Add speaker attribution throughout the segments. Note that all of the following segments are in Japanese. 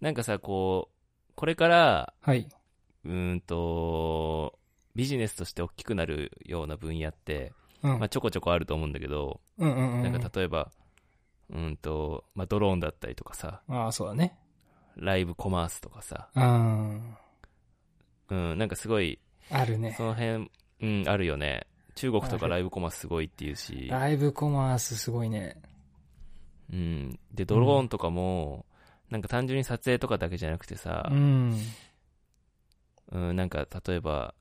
Speaker 1: なんかさ、こう、これから、
Speaker 2: はい。
Speaker 1: うーんと、ビジネスとして大きくなるような分野って、
Speaker 2: うん。
Speaker 1: まあ、ちょこちょこあると思うんだけど、
Speaker 2: うんうんうん。
Speaker 1: なんか例えば、うーんと、まあ、ドローンだったりとかさ、
Speaker 2: ああ、そうだね。
Speaker 1: ライブコマースとかさ、
Speaker 2: うん。
Speaker 1: うん、なんかすごい、
Speaker 2: あるね
Speaker 1: そ。の辺、うん、あるよね。中国と
Speaker 2: あ
Speaker 1: か
Speaker 2: る
Speaker 1: ライブコマースすごいっていうし、
Speaker 2: ライブコマースすごいね。
Speaker 1: うん。で、ドローンとかも、なんか単純に撮影とかだけじゃなくてさ
Speaker 2: う、ん。
Speaker 1: うん、なんか例えば、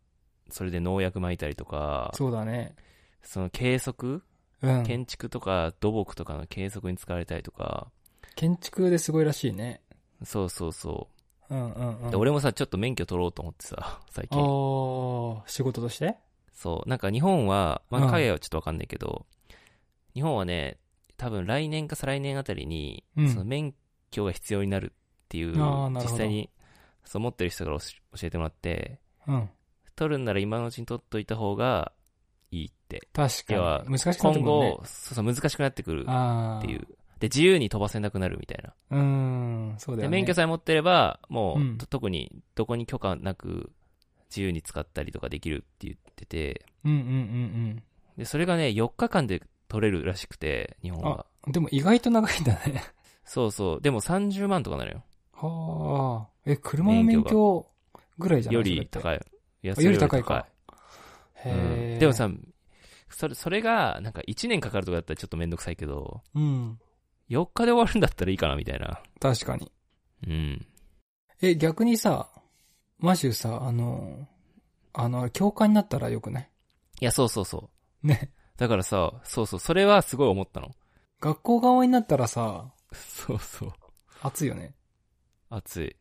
Speaker 1: それで農薬撒いたりとか、
Speaker 2: そうだね。
Speaker 1: その計測、
Speaker 2: うん。
Speaker 1: 建築とか土木とかの計測に使われたりとか、
Speaker 2: 建築ですごいらしいね。
Speaker 1: そうそうそ
Speaker 2: うんうんうん。
Speaker 1: う。で俺もさ、ちょっと免許取ろうと思って さ、最
Speaker 2: あ
Speaker 1: 近。
Speaker 2: あ、仕事として
Speaker 1: そう。なんか日本は、ま
Speaker 2: う
Speaker 1: あ
Speaker 2: ん
Speaker 1: 海外はちょっとわかんないけど、日本はね、多分来年か再来年あたりに、
Speaker 2: うん
Speaker 1: その免許が必要になるっていう、
Speaker 2: あーなるほど
Speaker 1: 実際に、そう思ってる人からおし教えてもらって、
Speaker 2: うん。
Speaker 1: 取るんなら今のうちに取っといた方がいいって。
Speaker 2: 確
Speaker 1: 要は
Speaker 2: かに。難しくなって
Speaker 1: 今
Speaker 2: くるね
Speaker 1: 後、。そうそう、難しくなってくるっ
Speaker 2: ああ。
Speaker 1: ていう。。で、自由に飛ばせなくなるみたいな。
Speaker 2: うーん、そうだ
Speaker 1: で
Speaker 2: よね。
Speaker 1: 免許さえ持ってれば、もう、
Speaker 2: うん
Speaker 1: と特にどこに許可なく自由に使ったりとかできるって言ってて、
Speaker 2: うんうんうん
Speaker 1: で、それがね、4日間で取れるらしくて、日本は。
Speaker 2: うん。でも意外と長いんだね。
Speaker 1: そうそう。でも30万とかなのよ。
Speaker 2: はあ。え、車の免
Speaker 1: 免
Speaker 2: 許ぐらいじゃない
Speaker 1: より
Speaker 2: い。
Speaker 1: 高い。いや
Speaker 2: あより高いか。。
Speaker 1: それより高い
Speaker 2: へ
Speaker 1: う
Speaker 2: え。
Speaker 1: んでも、さ、それ、それが、なんか1年かかるとかだったらちょっとめんどくさいけど、
Speaker 2: うん。
Speaker 1: 4日で終わるんだったらいいかな、みたいな。
Speaker 2: 確かに。
Speaker 1: うん。
Speaker 2: え、逆にさ、マシューさ、あの、あの、教官になったらよくない
Speaker 1: いや、そうそうそ
Speaker 2: ね。
Speaker 1: う。だからさ、そうそう、それはすごい思ったの。
Speaker 2: 学校側になったらさ、
Speaker 1: そうそう。
Speaker 2: 熱いよね。
Speaker 1: 熱い。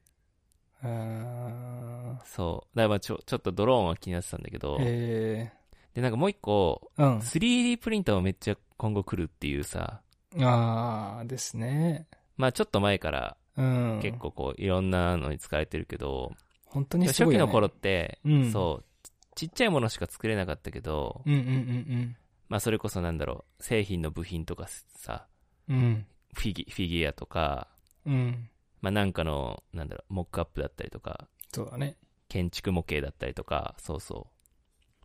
Speaker 2: うーん。
Speaker 1: そう。だからまあちょ、ちょっとドローンは気になってたんだけど、
Speaker 2: え
Speaker 1: で、なんかもう一個、
Speaker 2: ー、うん。
Speaker 1: 3D プリンターもめっちゃ今後来るっていうさ、
Speaker 2: あー、ですね。
Speaker 1: まあちょっと前から
Speaker 2: うん。
Speaker 1: 結。構こう、いろんなのに使われてるけど、
Speaker 2: 本当にす
Speaker 1: 初
Speaker 2: ごい
Speaker 1: 期
Speaker 2: よ、ね。
Speaker 1: の頃って、
Speaker 2: うん
Speaker 1: そう、ちっちゃいものしか作れなかったけど、
Speaker 2: うんうん
Speaker 1: まあそれこそなんだろう、製品の部品とかさ、
Speaker 2: うんうん。うん。
Speaker 1: フィギフィギュアとか、
Speaker 2: うん。
Speaker 1: まあなんかの、なんだろう、モックアップだったりとか、
Speaker 2: そうだね。
Speaker 1: 建築模型だったりとか、そうそう。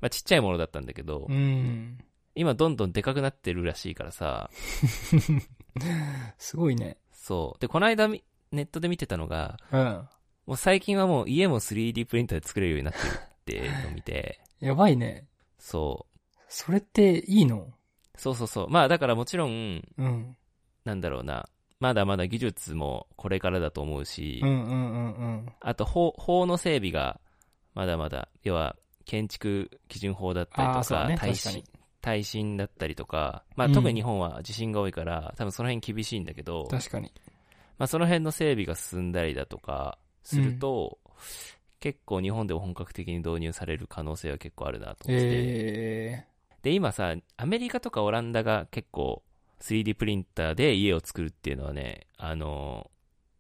Speaker 1: まあちっちゃいものだったんだけど、
Speaker 2: うん。
Speaker 1: 今どんどんでかくなってるらしいからさ、
Speaker 2: すごいね。
Speaker 1: そう。で、この間みネットで見てたのが、
Speaker 2: うん。
Speaker 1: もう最近はもう家も 3D プリンターで作れるようになってるっていうのを見て、
Speaker 2: やばいね。
Speaker 1: そう。
Speaker 2: それっていいの
Speaker 1: そうそうそう。まあだからもちろん、
Speaker 2: うん。
Speaker 1: なんだろうな、まだまだ技術もこれからだと思うし、
Speaker 2: うんうんうんうん。
Speaker 1: あと法法の整備がまだまだ、要は建築基準法だったり
Speaker 2: ああー、
Speaker 1: と
Speaker 2: そう
Speaker 1: か
Speaker 2: だ、ね。
Speaker 1: 耐
Speaker 2: 確かに
Speaker 1: 震。耐震だったりとか、まあ、
Speaker 2: うん
Speaker 1: 特に日本は地震が多いから、多分その辺厳しいんだけど、
Speaker 2: 確かに。
Speaker 1: まあ、その辺の整備が進んだりだとかすると、結構日本でも本格的に導入される可能性は結構あるなと思ってて、
Speaker 2: え
Speaker 1: で今さアメリカとかオランダが結構 3D プリンターで家を作るっていうのはねあの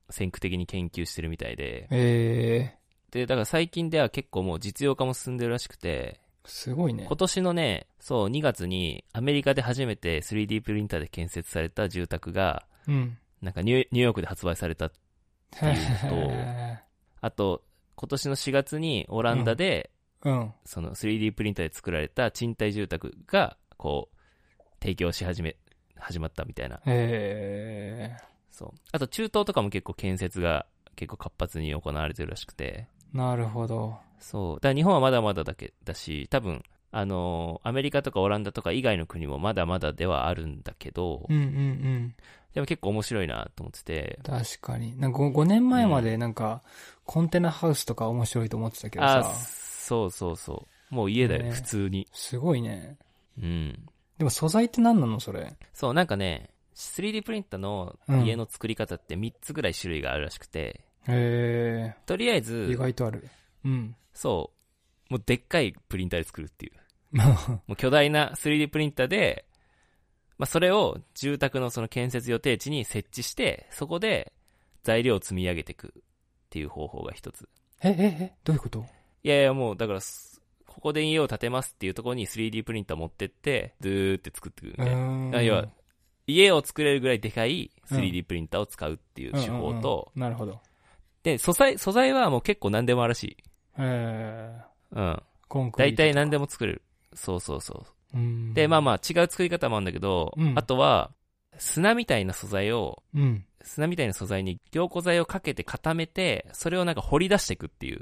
Speaker 1: 先駆的に研究してるみたいで
Speaker 2: ー、え
Speaker 1: でだから最近では結構もう実用化も進んでるらしくて
Speaker 2: ー、すごいね
Speaker 1: 今。年のねそう2月にアメリカで初めて 3D プリンターで建設された住宅が
Speaker 2: うん。
Speaker 1: なんかニューニューヨークで発売された
Speaker 2: へ
Speaker 1: いうあと今年の4月にオランダで、
Speaker 2: ーうん。
Speaker 1: その 3D プリンターで作られた賃貸住宅がこう提供し始め始まったみたいな
Speaker 2: え
Speaker 1: そう。あと中東とかも結構建設が結構活発に行われてるらしくて。
Speaker 2: ー、なるほど。
Speaker 1: そう。だから日本はまだまだだけだし、多分、あのーアメリカとかオランダとか以外の国もまだまだではあるんだけど
Speaker 2: う、んうんうん。
Speaker 1: でも結構面白いなと思ってて。
Speaker 2: 確かに。なんか 5, 年前までなんか、コンテナハウスとか面白いと思ってたけど
Speaker 1: あー
Speaker 2: さ。
Speaker 1: そうそうそう。もう家だよ、
Speaker 2: ね
Speaker 1: 普通に。
Speaker 2: すごいね。
Speaker 1: うん。
Speaker 2: でも素材って何なのそれ。
Speaker 1: そう、なんかね、3D プリンターの家の作り方って3つぐらい種類があるらしくて、
Speaker 2: え
Speaker 1: とりあえ
Speaker 2: ー、意
Speaker 1: ず、
Speaker 2: 外とある。 うん。
Speaker 1: そう、もうでっかいプリンターで作るっていう。
Speaker 2: まあ、
Speaker 1: もう巨大な 3D プリンターで、まあ、それを住宅のその建設予定地に設置して、そこで材料を積み上げていくっていう方法が一つ。
Speaker 2: え、え、え、どういうこと
Speaker 1: いやいや、もうだからす、ここで家を建てますっていうところに 3D プリンター持ってって、ずーって作っていくるね。
Speaker 2: あ
Speaker 1: あ要は、家を作れるぐらいでかい 3D プリンターを使うっていう手法と、
Speaker 2: なるほど。
Speaker 1: で、素材、素材はもう結構何でもあるしい。
Speaker 2: えー、
Speaker 1: うん。
Speaker 2: コンクリー
Speaker 1: 大
Speaker 2: ト。
Speaker 1: 体何でも作れる。そうそうそう。
Speaker 2: うん。
Speaker 1: で、まあまあ違う作り方もあるんだけど、
Speaker 2: うん
Speaker 1: あとは、砂みたいな素材を、
Speaker 2: うん。
Speaker 1: 砂みたいな素材に凝固剤をかけて固めて、それをなんか掘り出していくっていう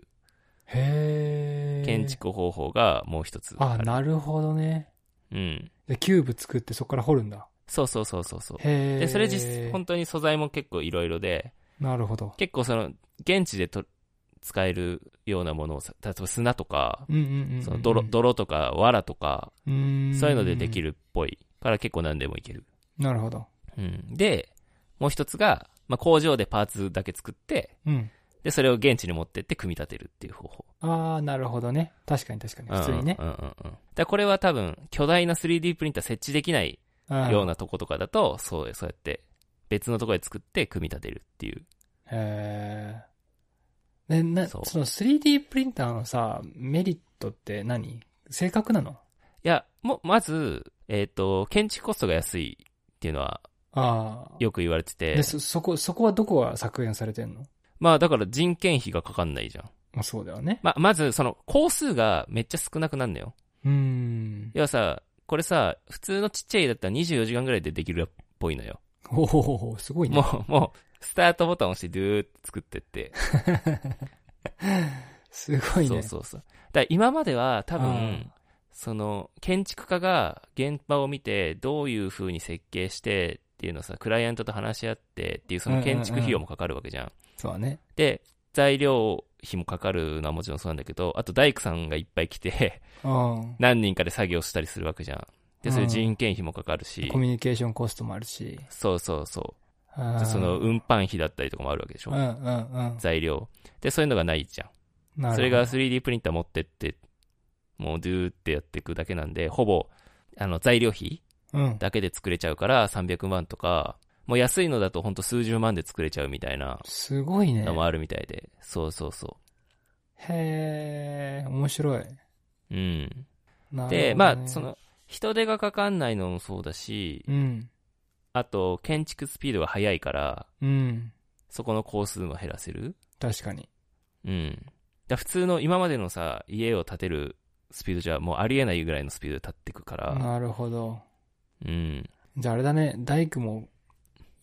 Speaker 2: へえ。
Speaker 1: 建。築方法がもう一つ
Speaker 2: あ、
Speaker 1: る
Speaker 2: なるほどね。
Speaker 1: うん。
Speaker 2: で、キューブ作ってそこから掘るんだ。
Speaker 1: そうそうそうそうそう。
Speaker 2: へえ。
Speaker 1: で、それ実、本当に素材も結構いろいろで、
Speaker 2: なるほど。
Speaker 1: 結構その、現地でと使えるようなものをさ、例えば砂とか、
Speaker 2: うんうんうん。
Speaker 1: その泥、泥とか藁とか、
Speaker 2: うん。
Speaker 1: そういうのででき
Speaker 2: る。
Speaker 1: るっぽいから結構何でもいける。
Speaker 2: なるほど。
Speaker 1: うん。で、もう一つが、まあ、工場でパーツだけ作って、
Speaker 2: うん。
Speaker 1: で、それを現地に持ってって組み立てるっていう方法。
Speaker 2: ああ、なるほどね。確かに確かに。普通にね
Speaker 1: う。んうんうんうん。だからこれは多分、巨大な 3D プリンター設置できないよう
Speaker 2: な。
Speaker 1: なとことかだと、そう、そうやって、別のとこで作って組み立てるっていう。
Speaker 2: へえ。で、な、
Speaker 1: そ
Speaker 2: そうの 3D プリンターのさ、メリットって何正確なの
Speaker 1: いや、もう、まず、えっ、と、建築コストが安いっていうのは
Speaker 2: ああ。
Speaker 1: よく言われてて
Speaker 2: で、、そ、そこ、そこはどこが削減されてんの
Speaker 1: まあだから人件費がかかんないじゃん。
Speaker 2: まあそうだよね。
Speaker 1: まあ、まずその工数がめっちゃ少なくなるのよ。
Speaker 2: うーん。
Speaker 1: 要はさ、これさ、普通のちっちゃい家だったら24時間ぐらいでできるっぽいのよ。
Speaker 2: おおすごいね。
Speaker 1: もう、もう、スタートボタンを押してドゥーって作ってって。
Speaker 2: すごいね。
Speaker 1: そうそうそう。だから今までは多分
Speaker 2: あ、
Speaker 1: その、建築家が現場を見て、どういう風に設計してっていうのをさ、クライアントと話し合ってっていう、その建築費用もかかるわけじゃん。
Speaker 2: そうだね。
Speaker 1: で、材料費もかかるのはもちろんそうなんだけど、あと大工さんがいっぱい来 て、
Speaker 2: うん。
Speaker 1: 何人かで作業したりするわけじゃん。で、それ
Speaker 2: うん
Speaker 1: 人件費もかかるし
Speaker 2: コ、ミュニケーションコストもあるし。
Speaker 1: そうそうそう。
Speaker 2: あ
Speaker 1: で
Speaker 2: ー
Speaker 1: その、運搬費だったりとかもあるわけでし
Speaker 2: うんう
Speaker 1: ょ。
Speaker 2: んうん。
Speaker 1: 材料。で、そういうのがないじゃ
Speaker 2: なるほ
Speaker 1: ん。
Speaker 2: ど
Speaker 1: それが 3D プリンター持ってって、もうドゥーってやっていくだけなんで、ほぼ、あの、材料費
Speaker 2: うん。
Speaker 1: だけで作れちゃうから300万とか、もう安いのだとほんと数十万で作れちゃうみたいな
Speaker 2: すごいね
Speaker 1: の。もあるみたいで、そうそうそ
Speaker 2: へえ、面白い。
Speaker 1: う。うん。
Speaker 2: なるほどね
Speaker 1: で、まあ、そ、の、人手がかかんないのもそうだし、
Speaker 2: うん。
Speaker 1: あと、建築スピードが速いから、
Speaker 2: うん。
Speaker 1: そこの工数も減らせる。
Speaker 2: 確かに。
Speaker 1: うん。だから普通の今までのさ、家を建てるスピードじゃ、もうありえないぐらいのスピードで建ってくから、
Speaker 2: なるほど。
Speaker 1: うん。
Speaker 2: じゃああれだね、大工も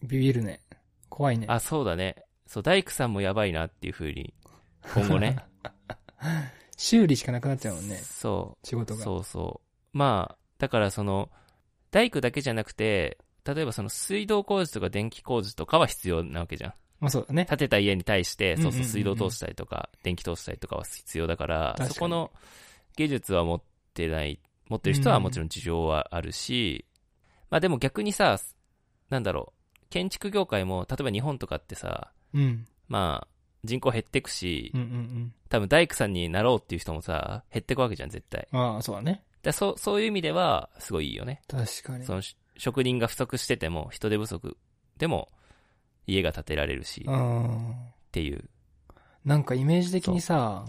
Speaker 2: ビビるね。怖いね。
Speaker 1: あ、そうだね。そう、大工さんもやばいなっていう風に、今後 ね。
Speaker 2: 修理しかなくなっちゃうもんね、
Speaker 1: そ
Speaker 2: 仕事
Speaker 1: う、
Speaker 2: が。
Speaker 1: そうそう。まあ、だからその、大工だけじゃなくて、例えばその水道工事とか電気工事とかは必要なわけじゃん。
Speaker 2: まあそうだね。
Speaker 1: 建てた家に対して、そう
Speaker 2: うんうん
Speaker 1: そうう、
Speaker 2: んうん
Speaker 1: 水道通したりとか、電気通したりとかは必要だから
Speaker 2: 確か、に
Speaker 1: そこの技術は持ってない、持ってる人はもちろん事情はあるし、まあでも逆にさ、なんだろう、建築業界も、例えば日本とかってさ、
Speaker 2: うん。
Speaker 1: まあ、人口減ってくし
Speaker 2: うんう、んうん。
Speaker 1: 多分大工さんになろうっていう人もさ、減ってくわけじゃん、絶対。
Speaker 2: ああ、そうだね。
Speaker 1: だそう、そういう意味では、すごいいいよね。
Speaker 2: 確かに。
Speaker 1: その、し職人が不足してても、人手不足でも、家が建てられるし、
Speaker 2: う
Speaker 1: っ
Speaker 2: ん。
Speaker 1: ていう。
Speaker 2: なんかイメージ的にさ、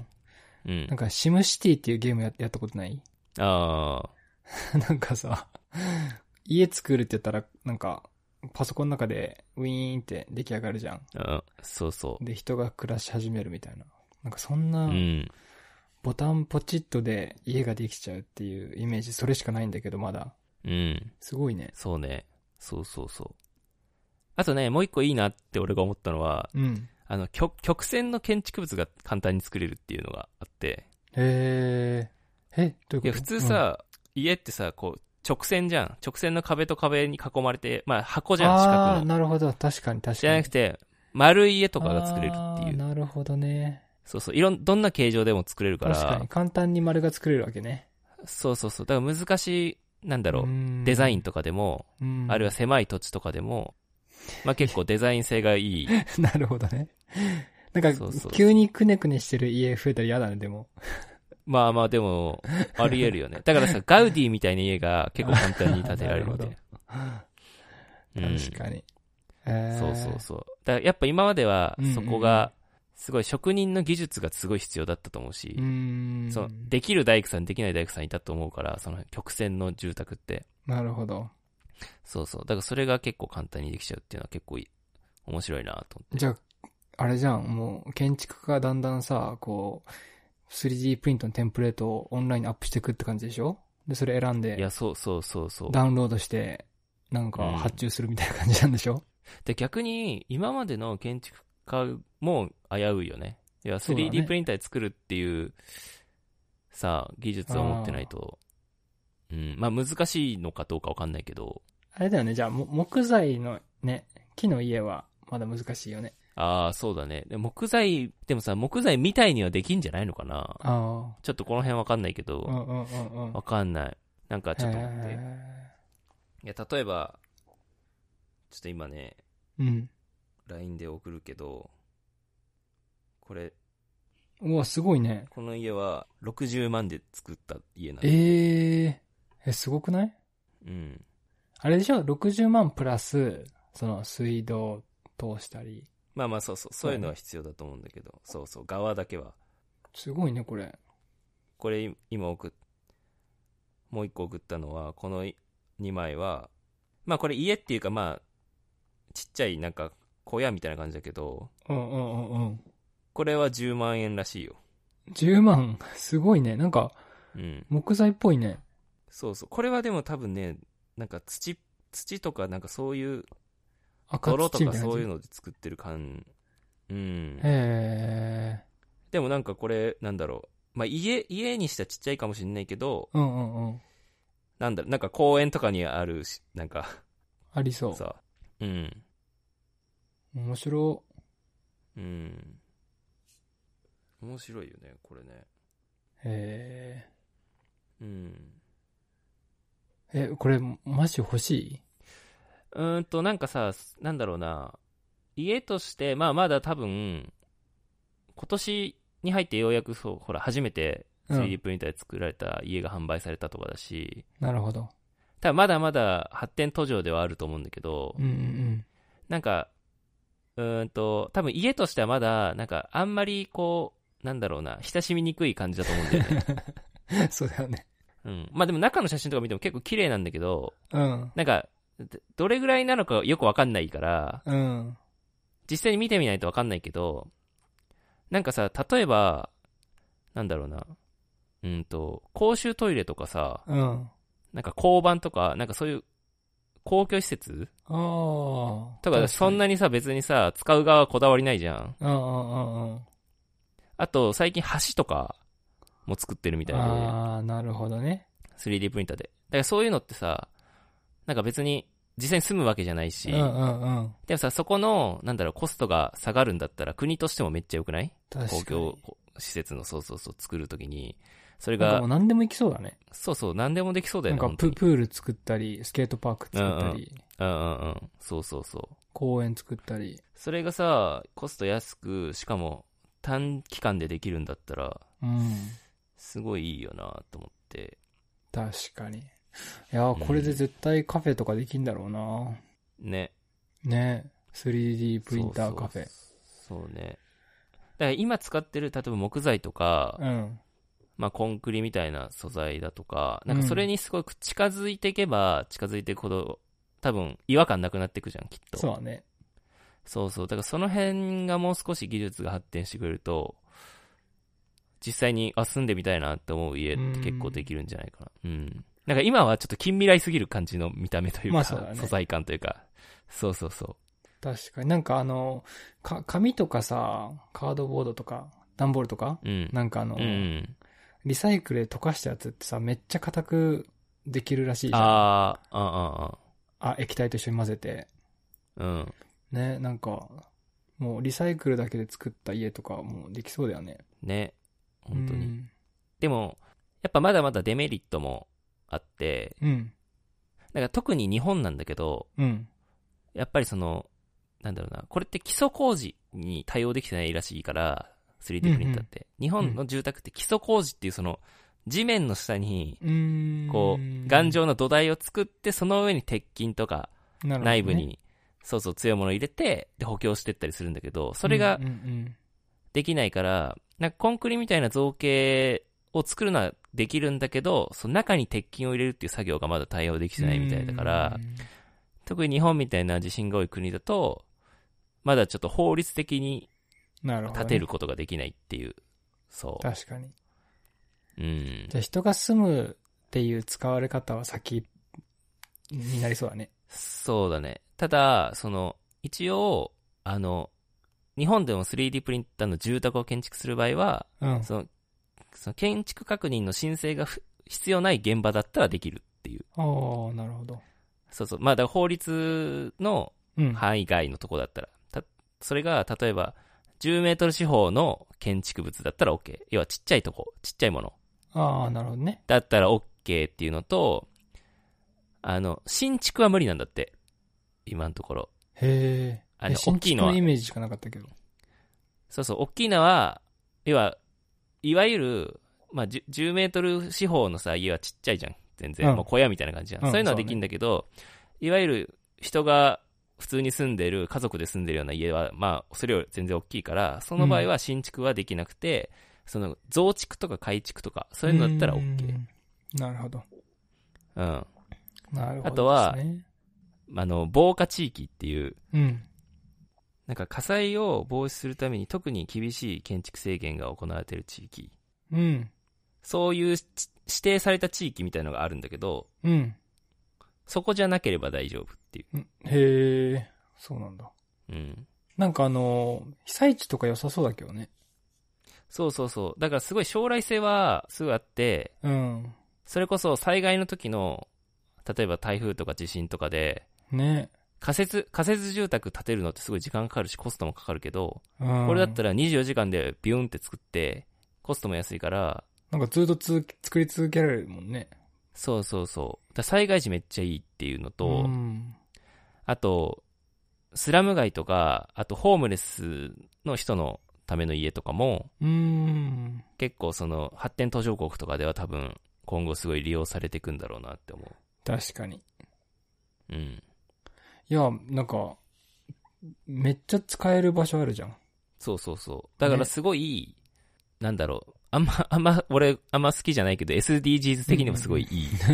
Speaker 1: うん
Speaker 2: なん。かシムシティっていうゲームややったことない
Speaker 1: ああ。
Speaker 2: なんかさ、家作るって言ったら、なんか、パソコンの中でウィーンって出来上がるじゃん。
Speaker 1: うん、そうそう。
Speaker 2: で、人が暮らし始めるみたいな。なんかそ
Speaker 1: う
Speaker 2: んな、
Speaker 1: ん。
Speaker 2: ボタンポチッとで家ができちゃうっていうイメージ、それしかないんだけど、まだ。
Speaker 1: うん。
Speaker 2: すごいね。
Speaker 1: そうね。そうそうそう。あとね、もう一個いいなって俺が思ったのは、
Speaker 2: うん。
Speaker 1: あの、曲、曲線の建築物が簡単に作れるっていうのがあって。
Speaker 2: へーえ、どういうこ
Speaker 1: い
Speaker 2: と
Speaker 1: や、普通、さ、家ってさ、こう、直線じゃん。直線の壁と壁に囲まれて、まあ、箱
Speaker 2: うん
Speaker 1: じゃん、四
Speaker 2: ああ
Speaker 1: 角
Speaker 2: ー、
Speaker 1: の。
Speaker 2: なるほど。確かに確かに。
Speaker 1: じゃなく
Speaker 2: て、
Speaker 1: て、丸い家とかが作れるっていう。
Speaker 2: なるほどね。
Speaker 1: そうそう。いろん、どんな形状でも作れるから。
Speaker 2: 確かに。簡単に丸が作れるわけね。
Speaker 1: そうそうそう。だから難しい、なんだろう。
Speaker 2: う
Speaker 1: デザイ
Speaker 2: ン、
Speaker 1: ンとかでも、
Speaker 2: うん
Speaker 1: あるいは狭い土地とかでも、まあ結構デザイン性がいい。
Speaker 2: なるほどね。なん
Speaker 1: そうそ
Speaker 2: か
Speaker 1: う、
Speaker 2: 急にくねくねしてる家増えたら嫌だね、でも。
Speaker 1: まあまあでも、あり得るよね。だからさ、ガウディみたいな家が結構簡単に建てられるみ たいな。うん
Speaker 2: 確かに。えー
Speaker 1: そうそうそう。だからやっぱ今までは
Speaker 2: うんうんう、ん
Speaker 1: そこが、すごい職人の技術がすごい必要だったと思うし
Speaker 2: う、ん。
Speaker 1: その、できる大工さん、できない大工さんいたと思うから、その曲線の住宅って。
Speaker 2: なるほど。
Speaker 1: そうそう。だからそれが結構簡単にできちゃうっていうのは結構いい面白いなと思って。
Speaker 2: じゃあ、あれじゃん、もう、建築家がだんだんさ、こう、3D プリントのテンプレートをオンラインにアップしていくって感じでしょで、それ選ん
Speaker 1: いや、
Speaker 2: で、
Speaker 1: そうそうそうそう。
Speaker 2: ダウンロードして、なんか発注するみたいな感じなんでしょ、
Speaker 1: で、逆に、今までの建築家も危ういよね。いや、
Speaker 2: そうだね
Speaker 1: 3D プリンターで作るっていう、さあ、技術を持ってないと、うん、まあ難しいのかどうかわかんないけど、
Speaker 2: あれだよね、じゃあ、も木材のね、木の家は、まだ難しいよね。
Speaker 1: ああ、そうだね。で木材、でもさ、木材みたいにはできんじゃないのかな
Speaker 2: あ
Speaker 1: ちょっとこの辺わかんないけ
Speaker 2: あ、う
Speaker 1: ど、
Speaker 2: んうんうんうん。
Speaker 1: わかんない。なんかちょっと待って。
Speaker 2: へ
Speaker 1: いや、例えば、ちょっと今ね、
Speaker 2: ーうん。
Speaker 1: LINE で送るけど、これ、
Speaker 2: うわ、すごいね。
Speaker 1: この家は60万で作った家なんだ
Speaker 2: えええ、すごくない
Speaker 1: うん。
Speaker 2: あれでしょ ?60 万プラス、その、水道通したり。
Speaker 1: まあまあそうそう、そういうのは必要だと思うんだけど、そうそう、側だけは。
Speaker 2: すごいね、これ。
Speaker 1: これ今送っ、もう一個送ったのは、この2枚は、まあこれ家っていうかまあ、ちっちゃいなんか小屋みたいな感じだけど、
Speaker 2: うんうんうんうん。
Speaker 1: これは10万円らしいよ。
Speaker 2: 10万、すごいね。なんか、
Speaker 1: うん。
Speaker 2: 木材っぽいね。
Speaker 1: そうそう。これはでも多分ね、なんか土、土とかなんかそういう、
Speaker 2: 赤
Speaker 1: 泥
Speaker 2: 土
Speaker 1: と
Speaker 2: み
Speaker 1: か
Speaker 2: たいな
Speaker 1: そういう
Speaker 2: の。
Speaker 1: ので作ってる感、うん。
Speaker 2: へえ
Speaker 1: でもなんかこれ、なんだろう。まあ家、家にしたらちっちゃいかもしれないけど、
Speaker 2: うんうんうん。
Speaker 1: なんだろう、なんか公園とかにあるし、なんか、
Speaker 2: ありそう。
Speaker 1: さ、うん。
Speaker 2: 面白。
Speaker 1: うん。面白いよね、これね。
Speaker 2: へ
Speaker 1: うん。
Speaker 2: え。え、これ、マジ欲しいう
Speaker 1: ーんと、なんかさ、なんだろうな、家として、まあまだ多分、今年に入ってようやくそう、ほら、初めて
Speaker 2: うん
Speaker 1: 3D プリンターで作られた家が販売されたとかだし、
Speaker 2: なるほど。
Speaker 1: ただまだまだ発展途上ではあると思うんだけど、
Speaker 2: う んうん
Speaker 1: なんか、うーんと、多分家としてはまだ、なんか、あんまりこう、なんだろうな、親しみにくい感じだと思うんだよ ね。
Speaker 2: うん。そうだよね。
Speaker 1: うん。まあでも中の写真とか見ても結構綺麗なんだけど、
Speaker 2: うん。
Speaker 1: なんか、どどれぐらいなのかよくわかんないから、
Speaker 2: うん。
Speaker 1: 実際に見てみないとわかんないけど、なんかさ、例えば、なんだろうな、うんと、公衆トイレとかさ、
Speaker 2: うん。
Speaker 1: なんか交番とか、なんかそういう公共施設
Speaker 2: ああ。
Speaker 1: とか、そん
Speaker 2: な。
Speaker 1: なにさ、別にさ、使う側はこだわりないじゃん。
Speaker 2: うんうんうんうん。
Speaker 1: あと、最近橋とかも作ってるみたいで、
Speaker 2: ああ、なるほどね。
Speaker 1: 3D プリンターで。だからそういうのってさ、なんか別に、実際に住むわけじゃないし、
Speaker 2: うんうんうん。
Speaker 1: でもさ、そこの、なんだろう、コストが下がるんだったら、国としてもめっちゃ良くない公
Speaker 2: 確かに
Speaker 1: 共。施設の、そうそうそう、作るときに、それ
Speaker 2: なんか
Speaker 1: が
Speaker 2: もう、何でもいきそうだね。
Speaker 1: そうそう、何でもできそうだよ
Speaker 2: なん
Speaker 1: ね、
Speaker 2: か
Speaker 1: 本
Speaker 2: プ
Speaker 1: 当に。
Speaker 2: プール作ったり、スケートパーク作ったり、
Speaker 1: うんうんうん。そうそうそう。
Speaker 2: 公園作ったり。
Speaker 1: それがさ、コスト安く、しかも、短期間でできるんだったら、
Speaker 2: うん。
Speaker 1: すごいいいよなと思って。
Speaker 2: 確かに。いやー、これで絶対カフェとかできんだろうな。
Speaker 1: ね。
Speaker 2: ね。3D プリンターカフェ。う
Speaker 1: そうそうそうね。だから今使ってる、例えば木材とか、
Speaker 2: ん。
Speaker 1: まあ、コンクリみたいな素材だとか、なんかそれにすごく近づいていけば、近づいていくほど、多分違和感なくなっていくじゃん、きっと。
Speaker 2: そうだね。
Speaker 1: そうそうだからその辺がもう少し技術が発展してくれると、実際に、あ、住んでみたいなって思う家って結構できるんじゃないかな。うん。なんか今はちょっと近未来すぎる感じの見た目というか、
Speaker 2: まあそうだね
Speaker 1: 素材感というか、そうそうそ
Speaker 2: 確かに。なんかあの、か、紙とかさ、カードボードとか、段ボールとか、
Speaker 1: う。うん。
Speaker 2: なんかあの、
Speaker 1: うんうん。
Speaker 2: リサイクルで溶かしたやつってさ、めっちゃ硬くできるらしいじゃん。あ
Speaker 1: あー、あ
Speaker 2: 液体と一緒に混ぜて。
Speaker 1: あ、ああ、うん。
Speaker 2: ね、なんか、もうリサイクルだけで作った家とかもうできそうだよね。
Speaker 1: ね。本当に。
Speaker 2: うん。
Speaker 1: でも、やっぱまだまだデメリットもあって、
Speaker 2: うん。
Speaker 1: なんか特に日本なんだけど、
Speaker 2: うん。
Speaker 1: やっぱりその、なんだろうな、これって基礎工事に対応できてないらしいから、3D プリンターって。日本の住宅って基礎工事っていうその、地面の下に、
Speaker 2: うーん
Speaker 1: こう、頑丈な土台を作って、その上に鉄筋とか、
Speaker 2: なるほどね
Speaker 1: 内部に、そうそう強いものを入れて、で、補強してったりするんだけど、それが
Speaker 2: うんうん
Speaker 1: できないから、なんかコンクリみたいな造形を作るのはできるんだけど、その中に鉄筋を入れるっていう作業がまだ対応できてないみたいだから、
Speaker 2: うん
Speaker 1: 特に日本みたいな地震が多い国だと、まだちょっと法律的に
Speaker 2: なるほど、ね。
Speaker 1: 建てることができないっていう。そ
Speaker 2: 確かに。
Speaker 1: う。うん
Speaker 2: じ。ゃあ人が住むっていう使われ方は先になりそうだね。
Speaker 1: そうだね。ただ、その、一応、あの、日本でも 3D プリンターの住宅を建築する場合は、
Speaker 2: うん。
Speaker 1: その、その建築確認の申請がふ必要ない現場だったらできるっていう。
Speaker 2: ああ、なるほど。
Speaker 1: そうそう。まあ、だから法律の
Speaker 2: うん。
Speaker 1: 範囲外のとこだったら。たそれが、例えば、10メートル四方の建築物だったら OK。要はちっちゃいとこ、ちっちゃいもの。
Speaker 2: ああ、なるほどね。
Speaker 1: だったら OK っていうのと、あの、新築は無理なんだって。今のところ。
Speaker 2: へえ。
Speaker 1: あの
Speaker 2: え新
Speaker 1: 大きい
Speaker 2: 築
Speaker 1: のは
Speaker 2: のイメージしかなかったけど。
Speaker 1: そうそう、大きいのは、要は、いわゆる、まあ、10, 10メートル四方のさ、家はちっちゃいじゃん。全然。
Speaker 2: うん
Speaker 1: もう小屋みたいな感じじゃん。
Speaker 2: うん
Speaker 1: そういうのはできるんだけど、いわゆる人が普通に住んでる、家族で住んでるような家は、まあ、それより全然大きいから、その場合は新築はできなくて、その増築とか改築とか、そういうのだったら OK。
Speaker 2: うん。なるほど。
Speaker 1: うん。
Speaker 2: なるほど、ね。
Speaker 1: あとはあの、防火地域っていう、
Speaker 2: うん。
Speaker 1: なんか火災を防止するために特に厳しい建築制限が行われている地域。
Speaker 2: うん。
Speaker 1: そういうち指定された地域みたいのがあるんだけど、
Speaker 2: うん。
Speaker 1: そこじゃなければ大丈夫ってい
Speaker 2: うんへえ。そうなんだ。
Speaker 1: う。うん。
Speaker 2: なんかあのー、被災地とか良さそうだけどね。
Speaker 1: そうそうそう。だからすごい将来性はすごいあって、
Speaker 2: うん。
Speaker 1: それこそ災害の時の、例えば台風とか地震とかで、
Speaker 2: ね。
Speaker 1: 仮設、仮設住宅建てるのってすごい時間かかるしコストもかかるけど、
Speaker 2: うん。
Speaker 1: これだったら24時間でビュンって作って、コストも安いから、
Speaker 2: なんかずっとつ作り続けられるもんね。
Speaker 1: そうそうそう。だから災害時めっちゃいいっていうのと、
Speaker 2: ん。
Speaker 1: あと、スラム街とか、あとホームレスの人のための家とかも、
Speaker 2: うん。
Speaker 1: 結構その発展途上国とかでは多分今後すごい利用されていくんだろうなって思
Speaker 2: 確かに。
Speaker 1: う。うん。
Speaker 2: いや、なんか、めっちゃ使える場所あるじゃん。
Speaker 1: そうそうそう。だからすごい、なんだろう。あんま、あんま、俺、あんま好きじゃないけど SDGs 的にもすごいいい。う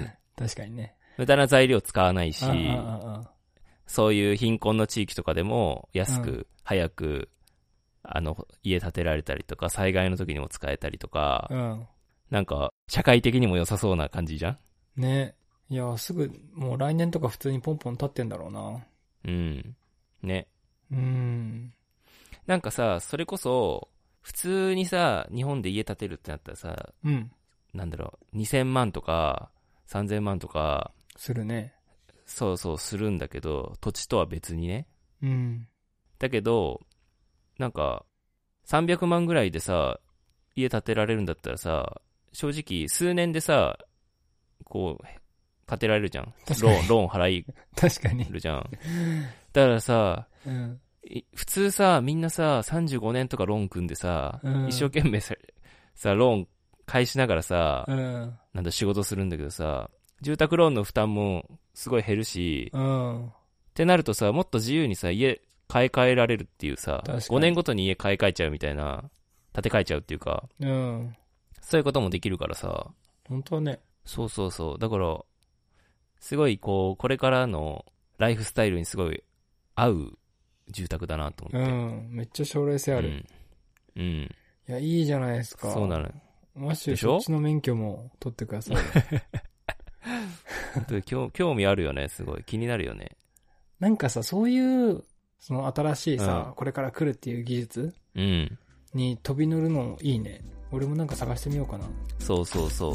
Speaker 1: ん。
Speaker 2: 確かにね。
Speaker 1: 無駄な材料使わないし
Speaker 2: あ、あ
Speaker 1: そういう貧困の地域とかでも安く、早く、あの、家建てられたりとか、災害の時にも使えたりとか
Speaker 2: ああ、あうん。
Speaker 1: なんか、社会的にも良さそうな感じじゃん
Speaker 2: ね。いや、すぐ、もう来年とか普通にポンポン立ってんだろうな。
Speaker 1: うん。ね。
Speaker 2: うん。
Speaker 1: なんかさ、それこそ、普通にさ、日本で家建てるってなったらさ、
Speaker 2: うん。
Speaker 1: なんだろう、2000万とか、3000万とか、
Speaker 2: するね。
Speaker 1: そうそうするんだけど、土地とは別にね。
Speaker 2: うん。
Speaker 1: だけど、なんか、300万ぐらいでさ、家建てられるんだったらさ、正直、数年でさ、こう、建てられるじゃん。
Speaker 2: 確
Speaker 1: ロ
Speaker 2: かに
Speaker 1: ーン、ローン払
Speaker 2: 確か
Speaker 1: え
Speaker 2: に。
Speaker 1: るじゃん。だからさ、
Speaker 2: うん。
Speaker 1: い普通さ、みんなさ、35年とかローン組んでさ、
Speaker 2: うん
Speaker 1: 一生懸命さ、さローン返しながらさ、
Speaker 2: うん。
Speaker 1: なんだ仕事するんだけどさ、住宅ローンの負担もすごい減るし、
Speaker 2: うん。
Speaker 1: ってなるとさ、もっと自由にさ、家買い替えられるっていうさ、
Speaker 2: 確かに
Speaker 1: 5年ごとに家買い替えちゃうみたいな、建て替えちゃうっていうか、
Speaker 2: うん。
Speaker 1: そういうこともできるからさ、
Speaker 2: 本当はね。
Speaker 1: そうそうそう、だから、すごいこう、これからのライフスタイルにすごい合う住宅だなと
Speaker 2: う
Speaker 1: 思って。
Speaker 2: ん。めっちゃ将来性ある。い
Speaker 1: うん。うん
Speaker 2: や、いいじゃないですか。
Speaker 1: そうなの。
Speaker 2: マシュ
Speaker 1: でしょ
Speaker 2: そっちの免許も取ってください。
Speaker 1: 本当に興興味あるよね、すごい。気になるよね。
Speaker 2: なんかさ、そういう、その新しいさ、
Speaker 1: うん
Speaker 2: これから来るっていう技術
Speaker 1: うん。
Speaker 2: に飛び乗るのいいね。俺もなんか探してみようかな。
Speaker 1: そうそうそう。